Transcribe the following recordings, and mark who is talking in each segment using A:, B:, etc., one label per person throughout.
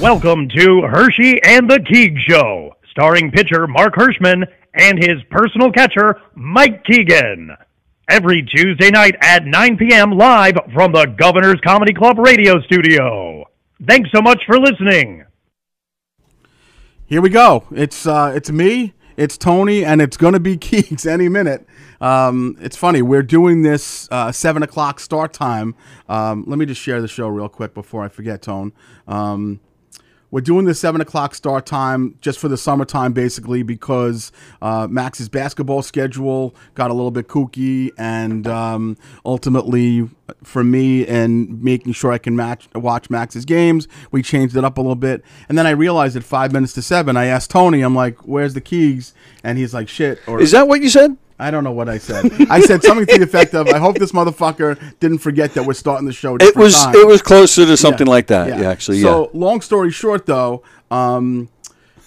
A: Welcome to Hershey and the Teague Show, starring pitcher Mark Hirschman and his personal catcher, Mike Keegan. Every Tuesday night at 9 p.m. live from the Governor's Comedy Club radio studio. Thanks so much for listening.
B: Here we go. It's uh, it's me, it's Tony, and it's gonna be Keeks any minute. Um, it's funny. We're doing this uh, seven o'clock start time. Um, let me just share the show real quick before I forget, Tone. Um, we're doing the seven o'clock start time just for the summertime, basically, because uh, Max's basketball schedule got a little bit kooky, and um, ultimately, for me and making sure I can match watch Max's games, we changed it up a little bit. And then I realized at five minutes to seven, I asked Tony, I'm like, "Where's the keys?" And he's like, "Shit." Or
C: Is that what you said?
B: I don't know what I said. I said something to the effect of, "I hope this motherfucker didn't forget that we're starting the show." at a
C: It
B: different
C: was
B: time."
C: it was closer to something like that. Yeah, actually,
B: So long story short, though, um,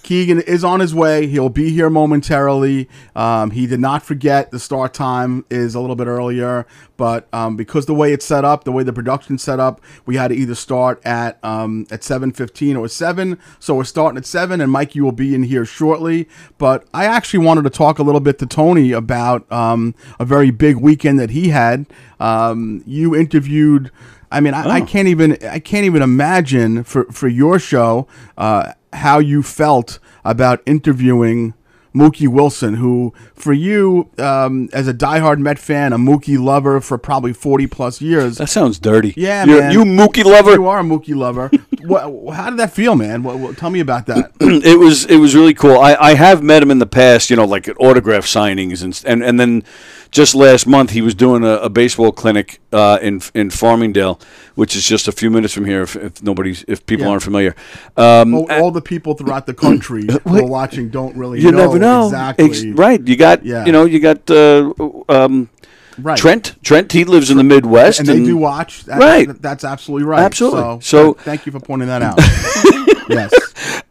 B: Keegan is on his way. He'll be here momentarily. Um, he did not forget the start time is a little bit earlier, but um, because the way it's set up, the way the production's set up, we had to either start at um, at seven fifteen or seven. So we're starting at seven, and Mike, you will be in here shortly. But I actually wanted to talk a little bit to Tony about um, a very big weekend that he had. Um, you interviewed. I mean, I, I can't even I can't even imagine for for your show uh, how you felt about interviewing Mookie Wilson, who for you um, as a diehard Met fan, a Mookie lover for probably forty plus years.
C: yeah. That sounds dirty.
B: Yeah,
C: You're-
B: man.
C: you Mookie lover.
B: You are a Mookie lover. what, how did that feel, man? What, what, tell me about that.
C: it was it was really cool. I, I have met him in the past, you know, like at autograph signings and and and then just last month he was doing a, a baseball clinic uh, in in Farmingdale, which is just a few minutes from here. If, if nobody's if people
B: Yeah.
C: aren't familiar, um,
B: all, all the people throughout the country who are watching don't really
C: you
B: know
C: never know
B: exactly
C: Ex- right. You got
B: Yeah.
C: you know you got uh, um,
B: right.
C: Trent. Trent he lives in the Midwest,
B: and they do watch. That,
C: Right.
B: that- that's absolutely right.
C: Absolutely.
B: So,
C: So-
B: thank you for pointing that out. yes.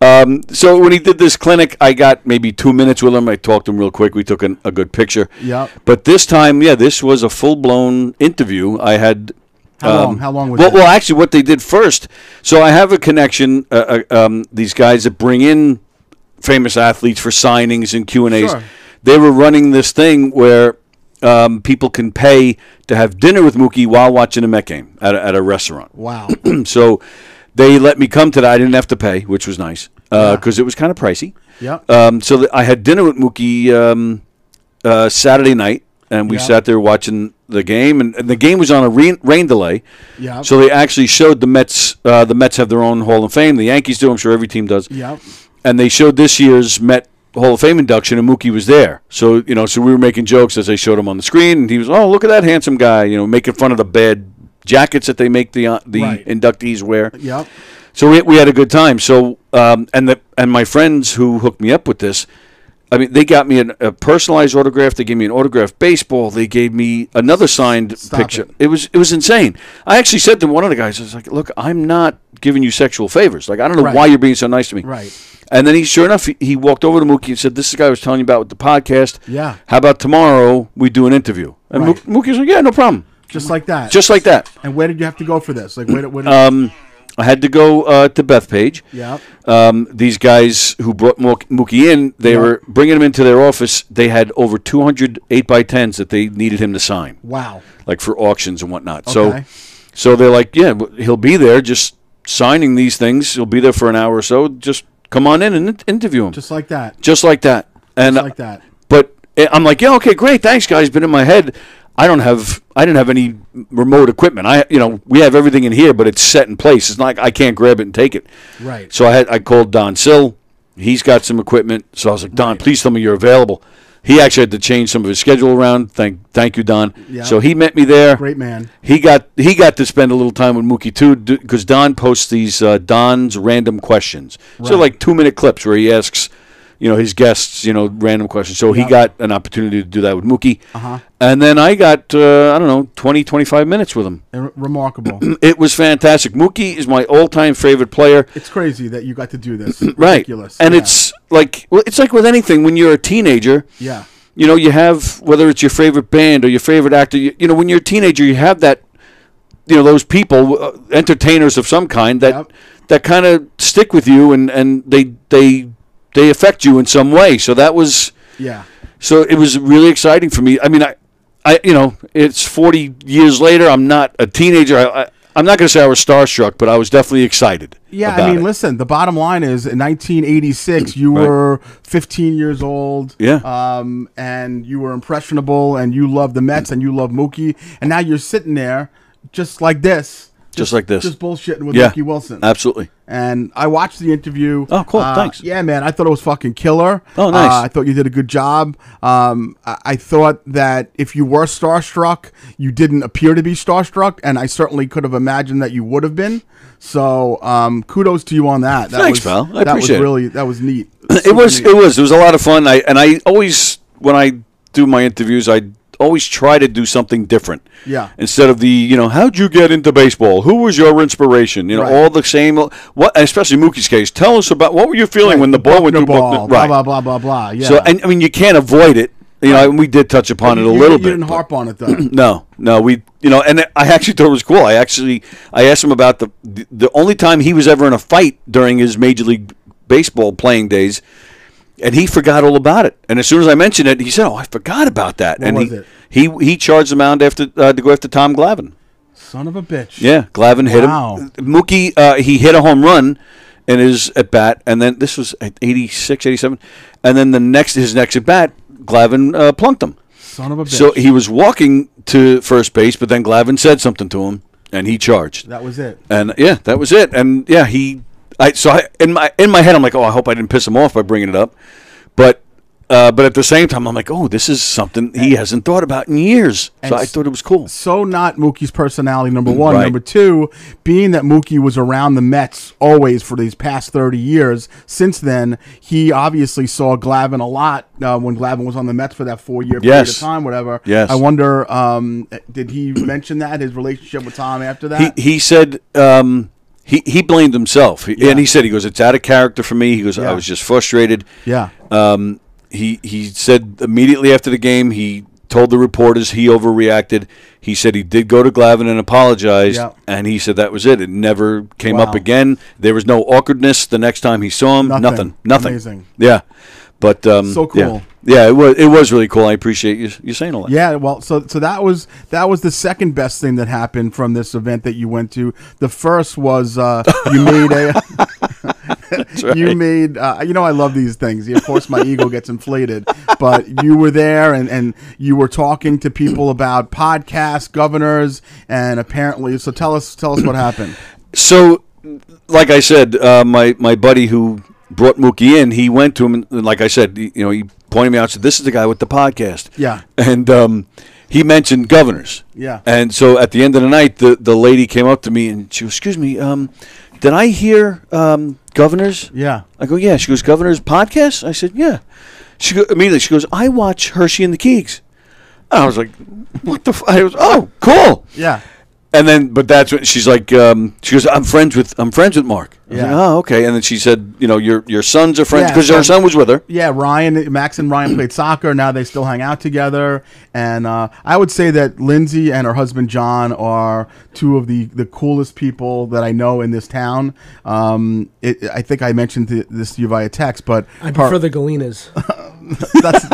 C: Um, so when he did this clinic, I got maybe two minutes with him. I talked to him real quick. We took an, a good picture.
B: Yep.
C: But this time, yeah, this was a full blown interview. I had.
B: How long? Oh, How long was
C: well,
B: it?
C: well, actually, Um, what they did first. So I have a connection. Uh, uh, um, these guys that bring in famous athletes for signings and Q and A's.
B: Sure.
C: They were running this thing where um, people can pay to have dinner with Mookie while watching a Met game at a, at a restaurant
B: Wow.
C: so they let me come to that. I didn't have to pay, which was nice because it was kind of pricey.
B: Yep.
C: Um, so th- I had dinner with Mookie um, uh, Saturday night, and we
B: Yeah.
C: sat there watching the game, and, and the game was on a rain, rain delay.
B: Yeah.
C: So they actually showed the Mets. Uh, the Mets have their own Hall of Fame. The Yankees do. I'm sure every team does.
B: Yep.
C: And they showed this year's Met Hall of Fame induction, and Mookie was there. So you know, so we were making jokes as they showed him on the screen, and he was, oh, look at that handsome guy. You know, making fun of the bad jackets that they make the uh, the
B: Right.
C: inductees wear.
B: Yep.
C: So we, we had a good time. So um, and the and my friends who hooked me up with this, I mean, they got me an, a personalized autograph. They gave me an autographed baseball. They gave me another signed
B: Stop
C: picture.
B: it.
C: It. was it was insane. I actually said to one of the guys, I was like, "Look, I'm not giving you sexual favors. Like, I don't know
B: Right.
C: why you're being so nice to me."
B: Right.
C: And then he, sure enough, he, he walked over to Mookie and said, "This is the guy I was telling you about with the podcast.
B: Yeah.
C: How about tomorrow we do an interview?" And
B: Right.
C: Mookie was like, "Yeah, no problem.
B: Just like that.
C: Just like that."
B: And where did you have to go for this? Like, where, did- where did,
C: Um, I had to go uh, to Bethpage.
B: Yep.
C: Um, these guys who brought Mo- Mookie in, they
B: Yep.
C: were bringing him into their office. They had over 200 8 by 10s that they needed him to sign,
B: wow.
C: like for auctions and whatnot.
B: Okay.
C: So, so they're like, yeah, w- he'll be there, just signing these things. He'll be there for an hour or so. Just come on in and in- interview him, just,
B: Just like that. Just
C: like that. And
B: like that.
C: but eh, I'm like, yeah, okay, great, thanks, guys. But in my head, I don't have, I didn't have any remote equipment. I, you know, we have everything in here, but it's set in place. It's not, like I can't grab it and take it.
B: Right.
C: So I had, I called Don Sill. He's got some equipment, so I was like, Don, please tell me you're available. He actually had to change some of his schedule around. Thank, thank you, Don.
B: Yeah.
C: So he met me there.
B: Great man.
C: He got he got to spend a little time with Mookie too, because Don posts these uh, Don's random questions. So like two minute clips where he asks, you know, his guests, you know, random questions. So he got an opportunity to do that with Mookie, uh-huh. and then I got uh, I don't know 20, 25 minutes with him.
B: And re- remarkable.
C: It was fantastic. Mookie is my all time favorite player.
B: it's crazy that you got to do this.
C: Right,
B: Ridiculous.
C: and
B: Yeah.
C: it's like well, it's like with anything when you're a teenager.
B: Yeah.
C: You know, you have whether it's your favorite band or your favorite actor. You, you know, when you're a teenager, you have that, you know, those people, uh, entertainers of some kind that
B: Yep.
C: that kind of stick with you and, and they they they affect you in some way. So that was
B: Yeah.
C: so it was really exciting for me. I mean, I, I you know, it's 40 years later. I'm not a teenager. I, I, I'm not going to say I was starstruck, but I was definitely excited.
B: Yeah,
C: about
B: I mean,
C: it.
B: listen. The bottom line is, in 1986, you
C: Right.
B: were 15 years old.
C: Yeah.
B: Um, and you were impressionable, and you loved the Mets, and you loved Mookie, and now you're sitting there, just like this,
C: just like this.
B: just bullshitting with
C: yeah,
B: Mookie Wilson.
C: Absolutely.
B: and I watched the interview.
C: Oh, cool.
B: Uh,
C: Thanks.
B: Yeah, man. I thought it was fucking killer.
C: Oh, nice.
B: Uh, I thought you did a good job. Um, I-, I thought that if you were starstruck, you didn't appear to be starstruck, and I certainly could have imagined that you would have been. So, um, kudos to you on that. that
C: Thanks,
B: was,
C: pal. I
B: that
C: appreciate
B: was
C: it.
B: really that was neat.
C: it
B: Super
C: was
B: neat.
C: it was it was a lot of fun I, and i always when i do my interviews i always try to do something different
B: Yeah.
C: instead of the you know how'd you get into baseball who was your inspiration you know
B: Right.
C: all the same what especially mookie's case tell us about what were you feeling when the ball went
B: Buckner
C: through
B: ball,
C: Buckner-
B: blah
C: right
B: blah blah blah blah. Yeah.
C: so and i mean you can't avoid it you know and we did touch upon it
B: You-
C: a little
B: you
C: bit
B: didn't
C: but-
B: harp on it though.
C: no, no, we, you know, and I actually thought it was cool. I actually, I asked him about the the only time he was ever in a fight during his major league baseball playing days, and he forgot all about it. And as soon as I mentioned it, he said, "Oh, I forgot about that." and
B: was
C: he,
B: it?
C: he he charged the mound after uh, to go after Tom Glavine.
B: Son of a bitch.
C: Yeah, Glavine hit
B: Wow.
C: him. Mookie, uh, he hit a home run in his at bat, and then this was at 86, 87, and then the next his next at bat, Glavine uh, plunked him.
B: Son of a bitch.
C: So he was walking to first base, but then Glavin said something to him, and he charged.
B: that was it.
C: And yeah, that was it. And yeah, he. I so I in my in my head, I'm like, oh, I hope I didn't piss him off by bringing it up, but. Uh, but at the same time, I'm like, oh, this is something he hasn't thought about in years. So I
B: s-
C: thought it was cool.
B: so not Mookie's personality, number one.
C: Right.
B: Number two, being that Mookie was around the Mets always for these past 30 years, since then, he obviously saw Glavin a lot uh, when Glavin was on the Mets for that four year period of
C: Yes.
B: time, whatever.
C: Yes.
B: I wonder, um, did he mention that, his relationship with Tom after
C: He,
B: that?
C: he said um, he he blamed himself, He- and he said he goes, it's out of character for me. He goes,
B: Yeah.
C: I was just frustrated.
B: yeah.
C: Um, he he said immediately after the game he told the reporters he overreacted. He said he did go to Glavin and apologized,
B: Yeah.
C: and he said that was it. It never came
B: Wow.
C: up again. There was no awkwardness the next time he saw him.
B: Nothing.
C: Nothing. Nothing.
B: Amazing.
C: Yeah. But um,
B: So
C: yeah.
B: cool.
C: Yeah, it was it was really cool. I appreciate you you saying all that.
B: Yeah, well, so so that was that was the second best thing that happened from this event that you went to. The first was uh, you made a you made uh, you know I love these things. Of course, my ego gets inflated, but you were there and and you were talking to people about podcasts, governors, and apparently. So tell us tell us what happened.
C: So, like I said, uh, my my buddy who brought Mookie in, he went to him, and and like I said, he, you know, he pointed me out. Said, "This is the guy with the podcast."
B: Yeah.
C: and um, he mentioned governors.
B: Yeah.
C: and so at the end of the night, the the lady came up to me and she goes, "Excuse me, um, did I hear um, governors?"
B: Yeah.
C: I go, "Yeah." She goes, "Governors podcast?" I said, "Yeah." She go, immediately she goes, "I watch Hershey and the Keegs." And I was like, "What the?" F-? I was, "Oh, cool."
B: Yeah.
C: And then, but that's when she's like, um, she goes, "I'm friends with, I'm friends with Mark." I was
B: Yeah.
C: like, oh, okay. And then she said, you know, your your sons are friends
B: Yeah,
C: because
B: so-
C: her son was with her.
B: Yeah, Ryan, Max, and Ryan played soccer. Now they still hang out together, and uh, I would say that Lindsay and her husband John are two of the, the coolest people that I know in this town. Um, it, I think I mentioned th- this to you via text, but
D: I
B: her-
D: prefer the Galenas.
B: that's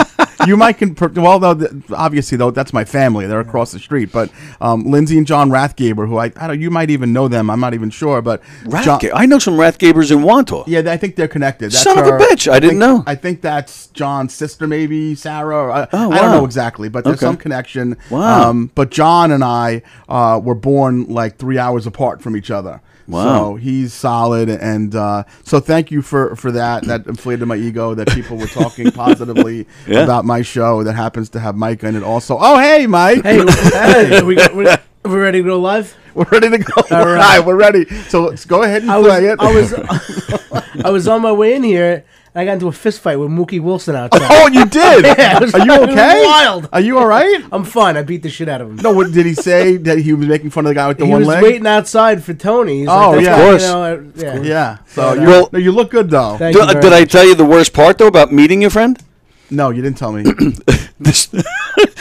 B: you might can well though th- obviously though that's my family they're across the street but um, Lindsay and John Rathgaber who I, I don't you might even know them I'm not even sure but John-
C: Rathga- I know some Rathgabers in Wantor.
B: yeah, I think they're connected. That's
C: Son of a
B: her-
C: bitch, I
B: think-
C: didn't know.
B: I think that's John's sister, maybe Sarah. Or I,
C: Oh,
B: I don't
C: wow.
B: know exactly, but there's
C: Okay.
B: some connection. Um,
C: Wow.
B: but John and I uh, were born like three hours apart from each other.
C: Wow.
B: So he's solid, and uh, so thank you for for that. That inflated my ego that people were talking positively
C: Yeah.
B: about my show that happens to have Mike in it also. Oh, hey, Mike.
D: hey, hey, we got, we we ready to go live?
B: We're ready to go. All
D: All right.
B: right, we're ready. So let's go ahead and
D: I was,
B: play it.
D: I was, I was on my way in here. and I got into a fist fight with Mookie Wilson outside.
B: oh, you did.
D: Yeah, it was-
B: Are you
D: it was
B: okay?
D: wild.
B: Are you all right?
D: I'm fine. I beat the shit out of him.
B: No, what did he say that he was making fun of the guy with the
D: he
B: one
D: was
B: leg?
D: waiting outside for Tony. He's
B: Oh,
D: like,
B: yeah.
D: "That's
C: Of
D: why, You know, I, yeah.
B: Yeah. So
D: Yeah,
B: you,
C: well-
B: no, you look good though.
D: Thank
C: Did,
D: you very
C: did I
D: much.
C: tell you the worst part though about meeting your friend?
B: no, you didn't tell me.
C: This.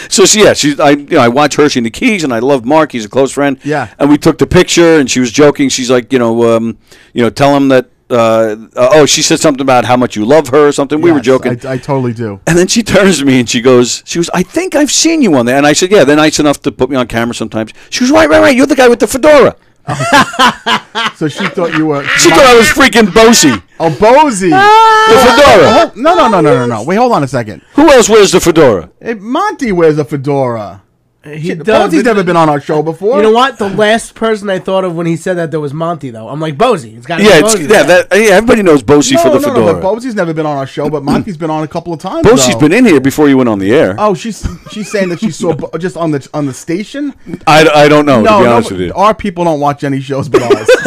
C: so she, yeah, she's I you know I watch Hershey and the Keys and I love Mark. He's a close friend.
B: Yeah.
C: And we took the picture and she was joking. She's like, you know, um, you know, tell him that. Uh, oh, she said something about how much you love her or something. We were
B: Yes,
C: joking.
B: I, I totally do.
C: And then she turns to me and she goes, she was, I think I've seen you on there. And I said, yeah, they're nice enough to put me on camera sometimes. She was, right, right, right. You're the guy with the fedora.
B: So she thought you were.
C: She thought I was freaking Bosey.
B: Oh, Bozy.
D: Ah!
C: The
B: Oh.
C: fedora.
B: No, no, no, no, no, no. Wait, hold on a second.
C: Who else wears the fedora?
B: Hey, Monty wears a fedora.
D: He does.
B: Bozy's never been on our show before.
D: You know what? The last person I thought of when he said that there was Monty, though. I'm like Bozy. It's got to
C: Yeah,
D: be
C: it's,
D: Bozy.
C: yeah, that, yeah, everybody knows Bosey
B: No,
C: for the
B: no, no,
C: fedora.
B: but Bozy's never been on our show, but Monty's been on a couple of times.
C: Bosey's
B: though.
C: been in here before you went on the air.
B: Oh, she's she's saying that she saw Bo- just on the on the station.
C: I, I don't know, to be honest with you.
B: our people don't watch any shows but us.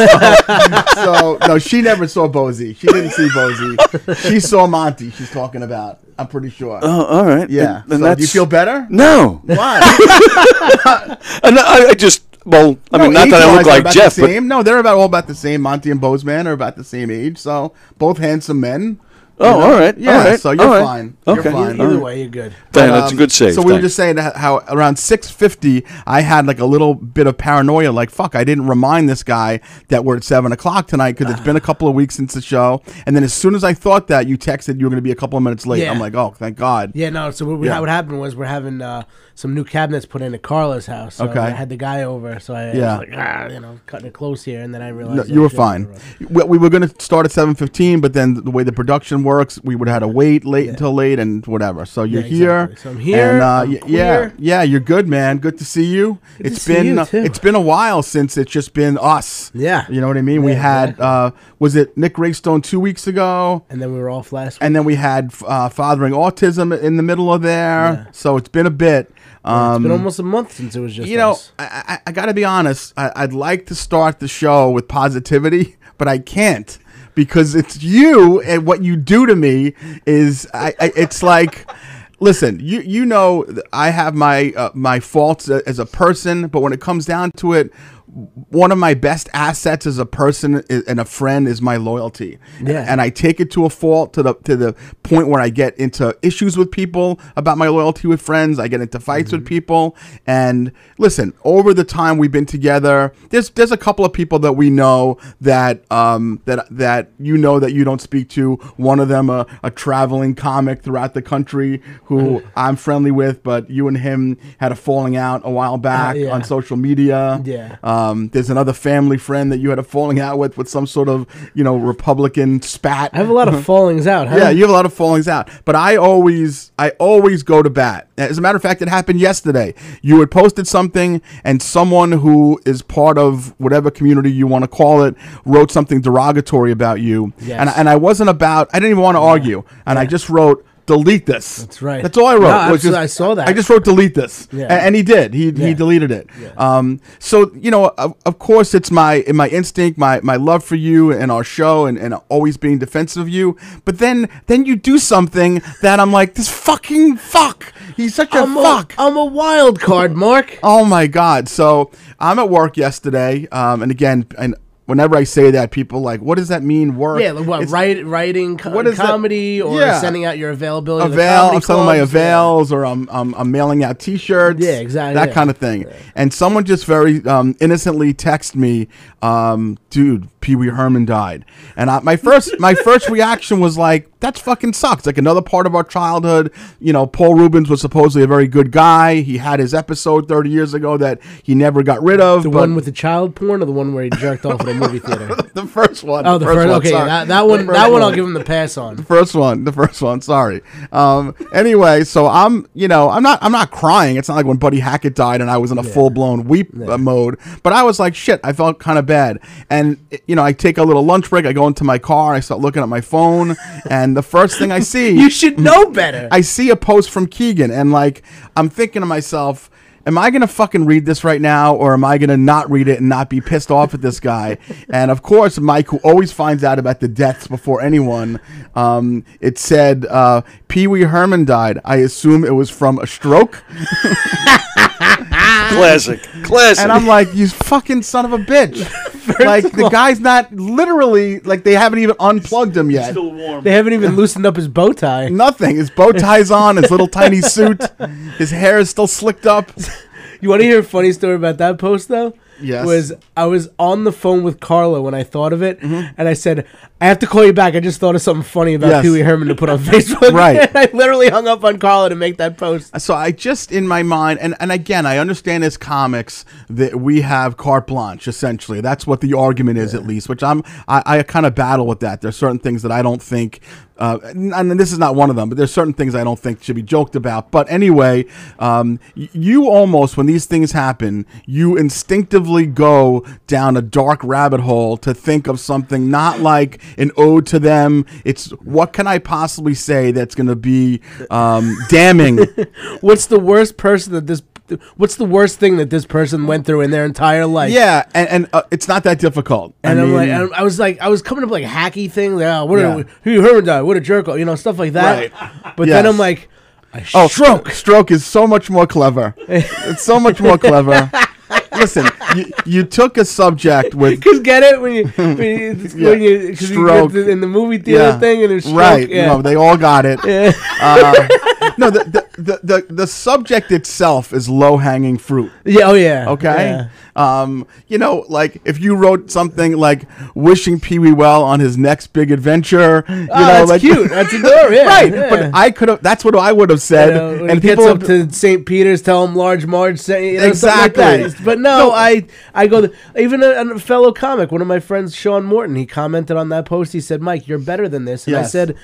B: So, so no, she never saw Bozy. She didn't see Bozy. She saw Monty. She's talking about. I'm pretty sure.
C: Oh, all right.
B: yeah.
C: And, and
B: so do you
C: that's-
B: feel better?
C: No.
B: Why?
C: And I, I just, well, I mean, not that I
B: age-wise,
C: look
B: they're
C: like
B: about
C: Jeff,
B: the
C: but
B: same. no, they're about all about the same. Monty and Bozeman are about the same age, so both handsome men.
C: Oh, all right,
B: Yeah,
C: all right,
B: so you're
C: all right.
B: fine. You're
C: Okay.
B: fine.
D: Either way, you're good.
C: Diane,
B: But,
C: that's a
B: um,
C: good save.
B: So we were
C: thanks.
B: just saying that how around 6:50, I had like a little bit of paranoia, like fuck, I didn't remind this guy that we're at seven o'clock tonight because it's been a couple of weeks since the show. And then as soon as I thought that, you texted you were going to be a couple of minutes late.
D: Yeah.
B: I'm like, oh, thank God.
D: Yeah, no. So what, we-
B: Yeah.
D: what happened was we're having uh, some new cabinets put in at Carla's house. So
B: Okay.
D: I had the guy over, so I
B: Yeah.
D: was like, ah, you know, cutting it close here, and then I realized
B: No,
D: that
B: you were
D: shit was
B: fine.
D: wrong.
B: We, we were going to start at seven fifteen, but then the way the production works, we would have had to wait late until late and whatever. So you're here.
D: exactly. So I'm here,
B: And, uh,
D: I'm
B: y- yeah,
D: queer.
B: yeah, you're good, man. Good to see you.
D: Good to
B: It's
D: see
B: been
D: you,
B: uh,
D: too.
B: it's been a while since it's just been us.
D: Yeah.
B: you know what I mean. we
D: Yeah,
B: had
D: exactly.
B: uh, was it Nick Rakestone two weeks ago,
D: And then we were off last week.
B: and then we had uh, fathering autism in the middle of there. So it's been a bit. Um,
D: it's been almost a month since it was just
B: you know,
D: us.
B: I, I, I got to be honest. I, I'd like to start the show with positivity, but I can't because it's you and what you do to me is I, I it's like. Listen, you you know th- I have my uh, my faults a- as a person, but when it comes down to it, one of my best assets as a person i- and a friend is my loyalty.
D: Yeah.
B: And I take it to a fault to the to the point where I get into issues with people about my loyalty with friends. I get into fights
D: Mm-hmm.
B: with people. And listen, over the time we've been together, there's there's a couple of people that we know that um that that you know that you don't speak to. One of them a, a traveling comic throughout the country
D: Mm.
B: who I'm friendly with, but you and him had a falling out a while back
D: Uh, yeah.
B: on social media.
D: Yeah.
B: Um, there's another family friend that you had a falling out with with some sort of you know Republican spat.
D: I have a lot of fallings out. Huh?
B: yeah, you have a lot of fallings out, but I always, I always go to bat. As a matter of fact, it happened yesterday. You had posted something, and someone who is part of whatever community you want to call it wrote something derogatory about you,
D: Yes.
B: and and I wasn't about. I didn't even want to argue, and I just wrote. Delete this. That's
D: right.
B: That's all I wrote.
D: No,
B: was just-
D: absolutely, I saw that.
B: I just wrote delete this,
D: Yeah.
B: A- and he did. He he
D: Yeah.
B: deleted it. Um, so you know, of, of course, it's my my instinct, my my love for you and our show, and, and always being defensive of you. But then then you do something that I'm like, this fucking fuck. He's such a
D: I'm a,
B: fuck.
D: I'm a wild card, Mark.
B: Oh my God! So I'm at work yesterday, um, and again, and whenever I say that, people like, what does that mean? Work?
D: Yeah, like what
B: It's
D: write, writing co-
B: What is that?
D: comedy or
B: Yeah.
D: sending out your availability. to the
B: avail.
D: comedy
B: I'm selling my
D: clubs, yeah.
B: avails, or I'm, I'm I'm mailing out T-shirts.
D: Yeah, exactly,
B: That
D: yeah.
B: kind of thing. And someone just very um, innocently texted me, um, "Dude, Pee Wee Herman died." And I, my first my first reaction was like, "That's fucking sucks." Like another part of our childhood. You know, Paul Rubens was supposedly a very good guy. He had his episode 30 years ago that he never got rid of.
D: The
B: but
D: one with the child porn or the one where he jerked off at a movie theater?
B: the first one.
D: Oh, the first.
B: one,
D: okay,
B: sorry.
D: that, that
B: The
D: one.
B: first
D: That one I'll give him the pass on.
B: first one the first one sorry um anyway so i'm you know i'm not i'm not crying it's not like when buddy hackett died and i was in a full-blown weep uh, mode but i was like shit i felt kind of bad and you know i take a little lunch break i go into my car i start looking at my phone and the first thing i see
D: You should know better.
B: I see a post from Keegan and like I'm thinking to myself, am I gonna fucking read this right now or am I gonna not read it and not be pissed off at this guy? And of course, Mike, who always finds out about the deaths before anyone, um, it said uh, Pee Wee Herman died. I assume it was from a stroke.
C: Classic. Classic.
B: And I'm like, you fucking son of a bitch. like the guy's not literally like they haven't even unplugged him yet.
D: they haven't even loosened up his bow tie.
B: Nothing. His bow ties on, his little tiny suit, his hair is still slicked up.
D: You want to hear a funny story about that post though?
B: Yes.
D: was I was on the phone with Carla when I thought of it, and I said I have to call you back. I just thought of something funny about
B: Mm-hmm. Yes.
D: Pee Wee Herman to put on Facebook.
B: Right.
D: and I literally hung up on Carla to make that post.
B: So I just in my mind, and, and again, I understand as comics that we have carte blanche. Essentially, that's what the argument is, at least. Which I'm, I, I kind of battle with that. There's certain things that I don't think, uh, and and this is not one of them. But there's certain things I don't think should be joked about. But anyway, um, y- you almost when these things happen, you instinctively go down a dark rabbit hole to think of something not like an ode to them. It's what can I possibly say that's going to be um, damning.
D: What's the worst person that this? What's the worst thing that this person went through in their entire life?
B: Yeah, and, and uh, it's not that difficult.
D: And I
B: I
D: am
B: mean,
D: like, and I was like, I was coming up with, like hacky things, like, oh, what
B: Yeah.
D: a, who you heard died, what a jerk, you know, stuff like that. But then
B: Yes.
D: I'm like, I
B: oh,
D: stroke.
B: stroke. Stroke is so much more clever. it's so much more clever. Listen, you, you took a subject with.
D: Cause get it when you when you, it's- when
B: Yeah.
D: you, 'cause you
B: Stroke.
D: get the- in the movie theater thing and it's stroke,
B: right.
D: Yeah.
B: No, they all got it. Uh, no, the, the, the, the, the subject itself is low hanging fruit.
D: yeah. Oh yeah.
B: Okay. Um, you know, like if you wrote something like wishing Pee Wee well on his next big adventure, you
D: Oh,
B: know,
D: that's
B: like
D: cute. That's adorable. Yeah,
B: right.
D: yeah.
B: But I could have. That's what I would have said.
D: You know, when
B: and
D: he
B: people
D: gets
B: would-
D: up to St. Peter's, tell him Large Marge, say, you know, exactly. Like
B: Exactly.
D: that. But no, I, I go. th- even a, a fellow comic, one of my friends, Sean Morton, he commented on that post. He said, "Mike, you're better than this." And I
B: Yes.
D: said,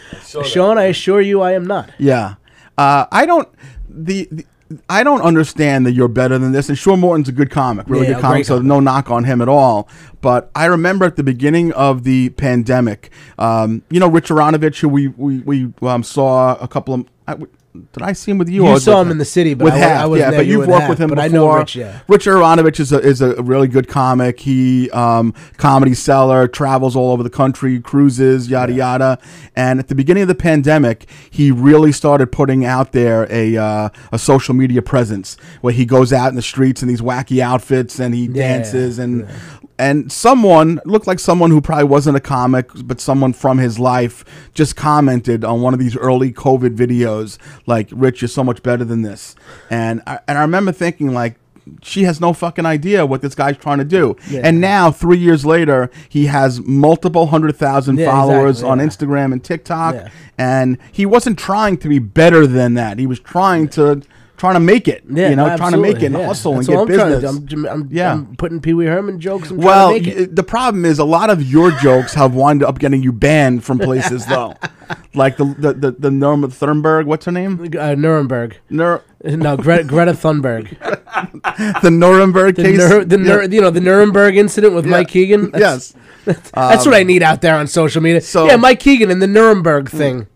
D: "Sean, I assure you, I am not."
B: Yeah, uh, I don't the. the I don't understand that you're better than this. And Sean Morton's a good comic, really
D: Yeah,
B: good
D: a
B: comic,
D: great
B: so
D: comic.
B: no knock on him at all. But I remember at the beginning of the pandemic, um, you know, Rich Aronovich, who we we, we um, saw a couple of. I, did I see him with you?
D: You
B: or
D: saw
B: with-
D: him in the city, but
B: with
D: I wa-
B: Half,
D: I wasn't
B: yeah,
D: there.
B: but
D: You
B: you've
D: were with
B: worked with
D: Half,
B: him
D: but
B: before.
D: I know Rich, yeah.
B: Rich Aronovich is a, is a really good comic. He um, comedy seller, travels all over the country, cruises, yada yada. And at the beginning of the pandemic, he really started putting out there a uh, a social media presence where he goes out in the streets in these wacky outfits and he dances and. And someone looked like someone who probably wasn't a comic, but someone from his life just commented on one of these early COVID videos, like "Rich, you're so much better than this." And I, and I remember thinking, like, she has no fucking idea what this guy's trying to do. And now, three years later, he has multiple hundred thousand
D: Yeah,
B: followers
D: exactly,
B: on
D: yeah.
B: Instagram and TikTok.
D: Yeah.
B: And he wasn't trying to be better than that. He was trying to trying to make it. you know, trying to make it and
D: yeah.
B: hustle
D: That's
B: and get
D: all I'm trying to
B: business.
D: do. I'm, j- I'm-
B: Yeah.
D: I'm putting Pee Wee Herman jokes. and
B: well,
D: trying to make
B: y-
D: it.
B: the problem is a lot of your jokes have wound up getting you banned from places, though. Like the the the, the Norma Thunberg, what's her name?
D: Uh, Nuremberg.
B: Nur-
D: No, Gre- Greta Thunberg.
B: the Nuremberg
D: The,
B: case.
D: Nur- the
B: Yeah.
D: Nur- you know the Nuremberg incident with Mike Keegan. That's-
B: yes. Um,
D: That's what I need out there on social media.
B: so- Mm.
D: yeah, Mike Keegan and the Nuremberg thing.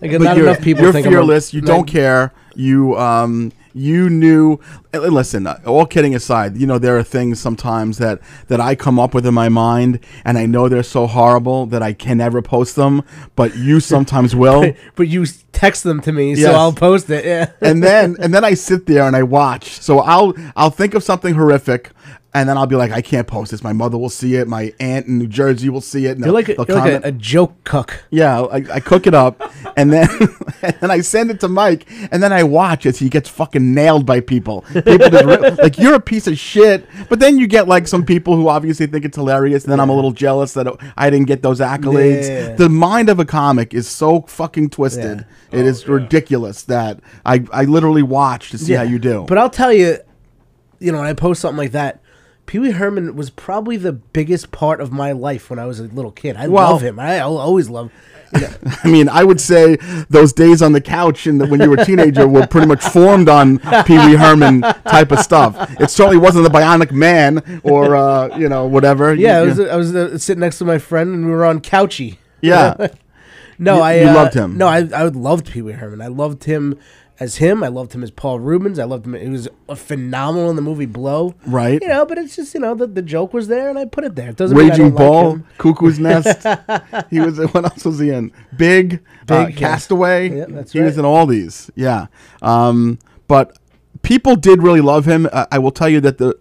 D: Like, not
B: you're,
D: enough people
B: You're
D: think I'm a-
B: fearless. you
D: like,
B: don't care. You um you knew. eh, Listen, uh, all kidding aside, you know there are things sometimes that that I come up with in my mind, and I know they're so horrible that I can never post them. But you sometimes will.
D: But you s- text them to me,
B: Yes.
D: so I'll post it. Yeah.
B: and then and then I sit there and I watch. So I'll I'll think of something horrific, and then I'll be like, I can't post this. My mother will see it. My aunt in New Jersey will see it. And
D: You're like, a,
B: they'll
D: you're like
B: comment.
D: a, a joke cuck.
B: Yeah, I, I cook it up, and then and then I send it to Mike, and then I watch as he gets fucking nailed by people. People just re- like you're a piece of shit. But then you get like some people who obviously think it's hilarious, and then I'm a little jealous that I didn't get those accolades.
D: Yeah.
B: The mind of a comic is so fucking twisted. It is ridiculous that I I literally watch to see how you do.
D: But I'll tell you, you know, when I post something like that, Pee Wee Herman was probably the biggest part of my life when I was a little kid. I
B: Well-
D: love him. I, I'll always love
B: I mean, I would say those days on the couch and when you were a teenager were pretty much formed on Pee Wee Herman type of stuff. It certainly wasn't the Bionic Man or uh, you know whatever.
D: Yeah, I
B: You-
D: was,
B: you-
D: I was uh, sitting next to my friend, and we were on Couchy.
B: yeah.
D: No,
B: You-
D: I
B: you
D: uh,
B: loved him.
D: No, I I loved Pee Wee Herman. I loved him as him. I loved him as Paul Rubens. I loved him. He was a phenomenal in the movie Blow.
B: Right.
D: You know, but it's just you know the, the joke was there, and I put it there. It doesn't mean I
B: Raging
D: don't
B: Bull,
D: Like him.
B: Cuckoo's Nest. he was. What else was he in? Big, uh,
D: Big, yeah.
B: Castaway.
D: Yeah, that's
B: he was
D: right.
B: in all these. Yeah. Um, but people did really love him. Uh, I will tell you that the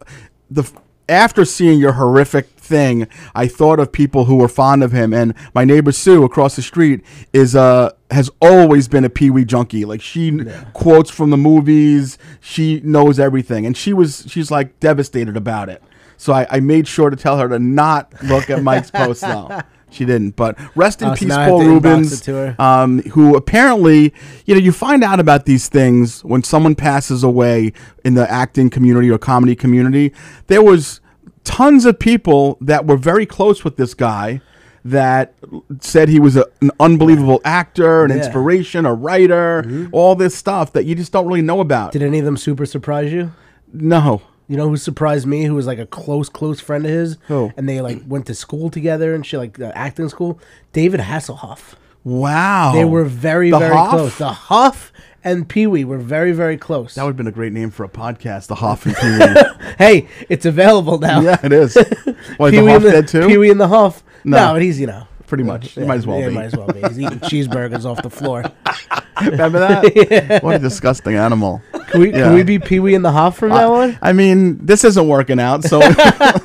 B: the after seeing your horrific thing, I thought of people who were fond of him, and my neighbor Sue across the street is uh has always been a Pee Wee junkie. Like she quotes from the movies, she knows everything, and she was she's like devastated about it. So I, I made sure to tell her to not look at Mike's post now. She didn't, but rest in
D: Oh, so
B: peace,
D: now I have
B: Paul
D: to inbox
B: Rubens,
D: it to her.
B: um, who apparently, you know, you find out about these things when someone passes away in the acting community or comedy community. There was tons of people that were very close with this guy that said he was a, an unbelievable actor, an
D: Yeah. Mm-hmm.
B: inspiration, a writer, all this stuff that you just don't really know about.
D: Did any of them super surprise you?
B: no.
D: You know who surprised me? Who was like a close, close friend of his?
B: Who?
D: And they like went to school together and shit, like uh, acting school. David Hasselhoff.
B: Wow.
D: They were very,
B: Oh. The
D: very
B: Hoff?
D: close. The Huff and Pee Wee were very, very close.
B: That would have been a great name for a podcast, the Hoff and Pee-wee.
D: hey, it's available now.
B: yeah, it is. Why is the
D: Pee-wee
B: Hoff
D: and the,
B: dead too?
D: Pee-wee and the Huff.
B: No.
D: No, but he's you know.
B: Pretty much. It might as well
D: yeah,
B: be.
D: Might as well be. He's eating cheeseburgers off the floor.
B: Remember that? What a disgusting animal.
D: Can we,
B: Yeah.
D: can we be Pee Wee and the Huff from that one?
B: I mean, this isn't working out, so so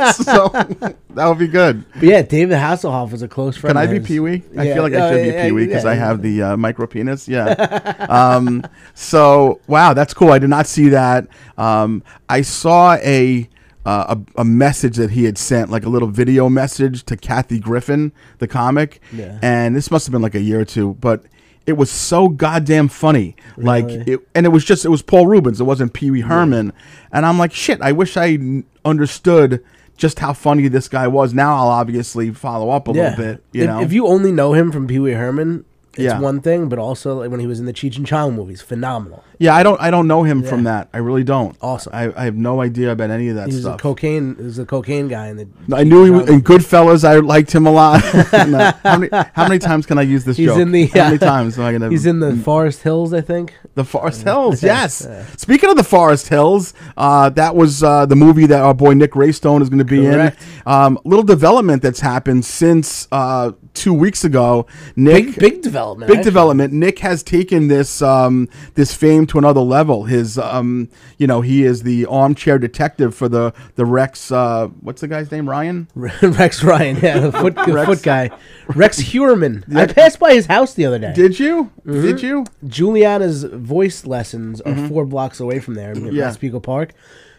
B: that would be good.
D: But yeah, David Hasselhoff was a close
B: Can
D: friend.
B: I
D: of
B: be
D: his.
B: Pee Wee? I
D: Yeah.
B: feel like I
D: Oh,
B: should
D: yeah,
B: be Pee Wee because
D: yeah,
B: I
D: yeah.
B: have the uh, micro penis. Yeah. um, so wow, that's cool. I did not see that. Um, I saw a. Uh, a, a message that he had sent, like a little video message to Kathy Griffin, the comic,
D: Yeah.
B: and this must have been like a year or two, but it was so goddamn funny. Like it, and it was just it was Paul Rubens. It wasn't Pee Wee Herman, and I'm like, shit. I wish I n- understood just how funny this guy was. Now I'll obviously follow up a
D: yeah.
B: little bit. You
D: if,
B: know,
D: if you only know him from Pee Wee Herman, it's
B: Yeah.
D: one thing. But also, like when he was in the Cheech and Chong movies, phenomenal.
B: yeah, I don't I don't know him from that. I really don't.
D: Awesome.
B: I, I have no idea about any of that
D: He was
B: stuff.
D: a cocaine. He was a cocaine guy in the.
B: I knew he was,
D: John-
B: in Goodfellas. I liked him a lot. No. how many how many times can I use this
D: He's
B: joke?
D: in the,
B: how many
D: uh,
B: times am I gonna?
D: He's in the Forest Hills, I think.
B: The Forest Hills, yes. Speaking of the Forest Hills, uh, that was uh, the movie that our boy Nick Raystone is going to be
D: Correct.
B: in. Um, little development that's happened since uh, two weeks ago. Nick,
D: Big big development.
B: big
D: actually.
B: development. Nick has taken this um, this fame to another level. His, um, you know, he is the armchair detective for the the Rex. Uh, what's the guy's name? Ryan.
D: Rex Ryan, yeah, the foot, the foot guy. Rex Huerman. I passed by his house the other day.
B: Did you? Did you?
D: Juliana's voice lessons are four blocks away from there in
B: Mm-hmm. Yeah.
D: "Ah, Massapequa Park.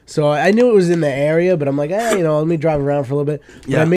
D: So I knew it was in the area, but I'm like, eh, you know, let me drive around for a little bit. But
B: Yeah.
D: I made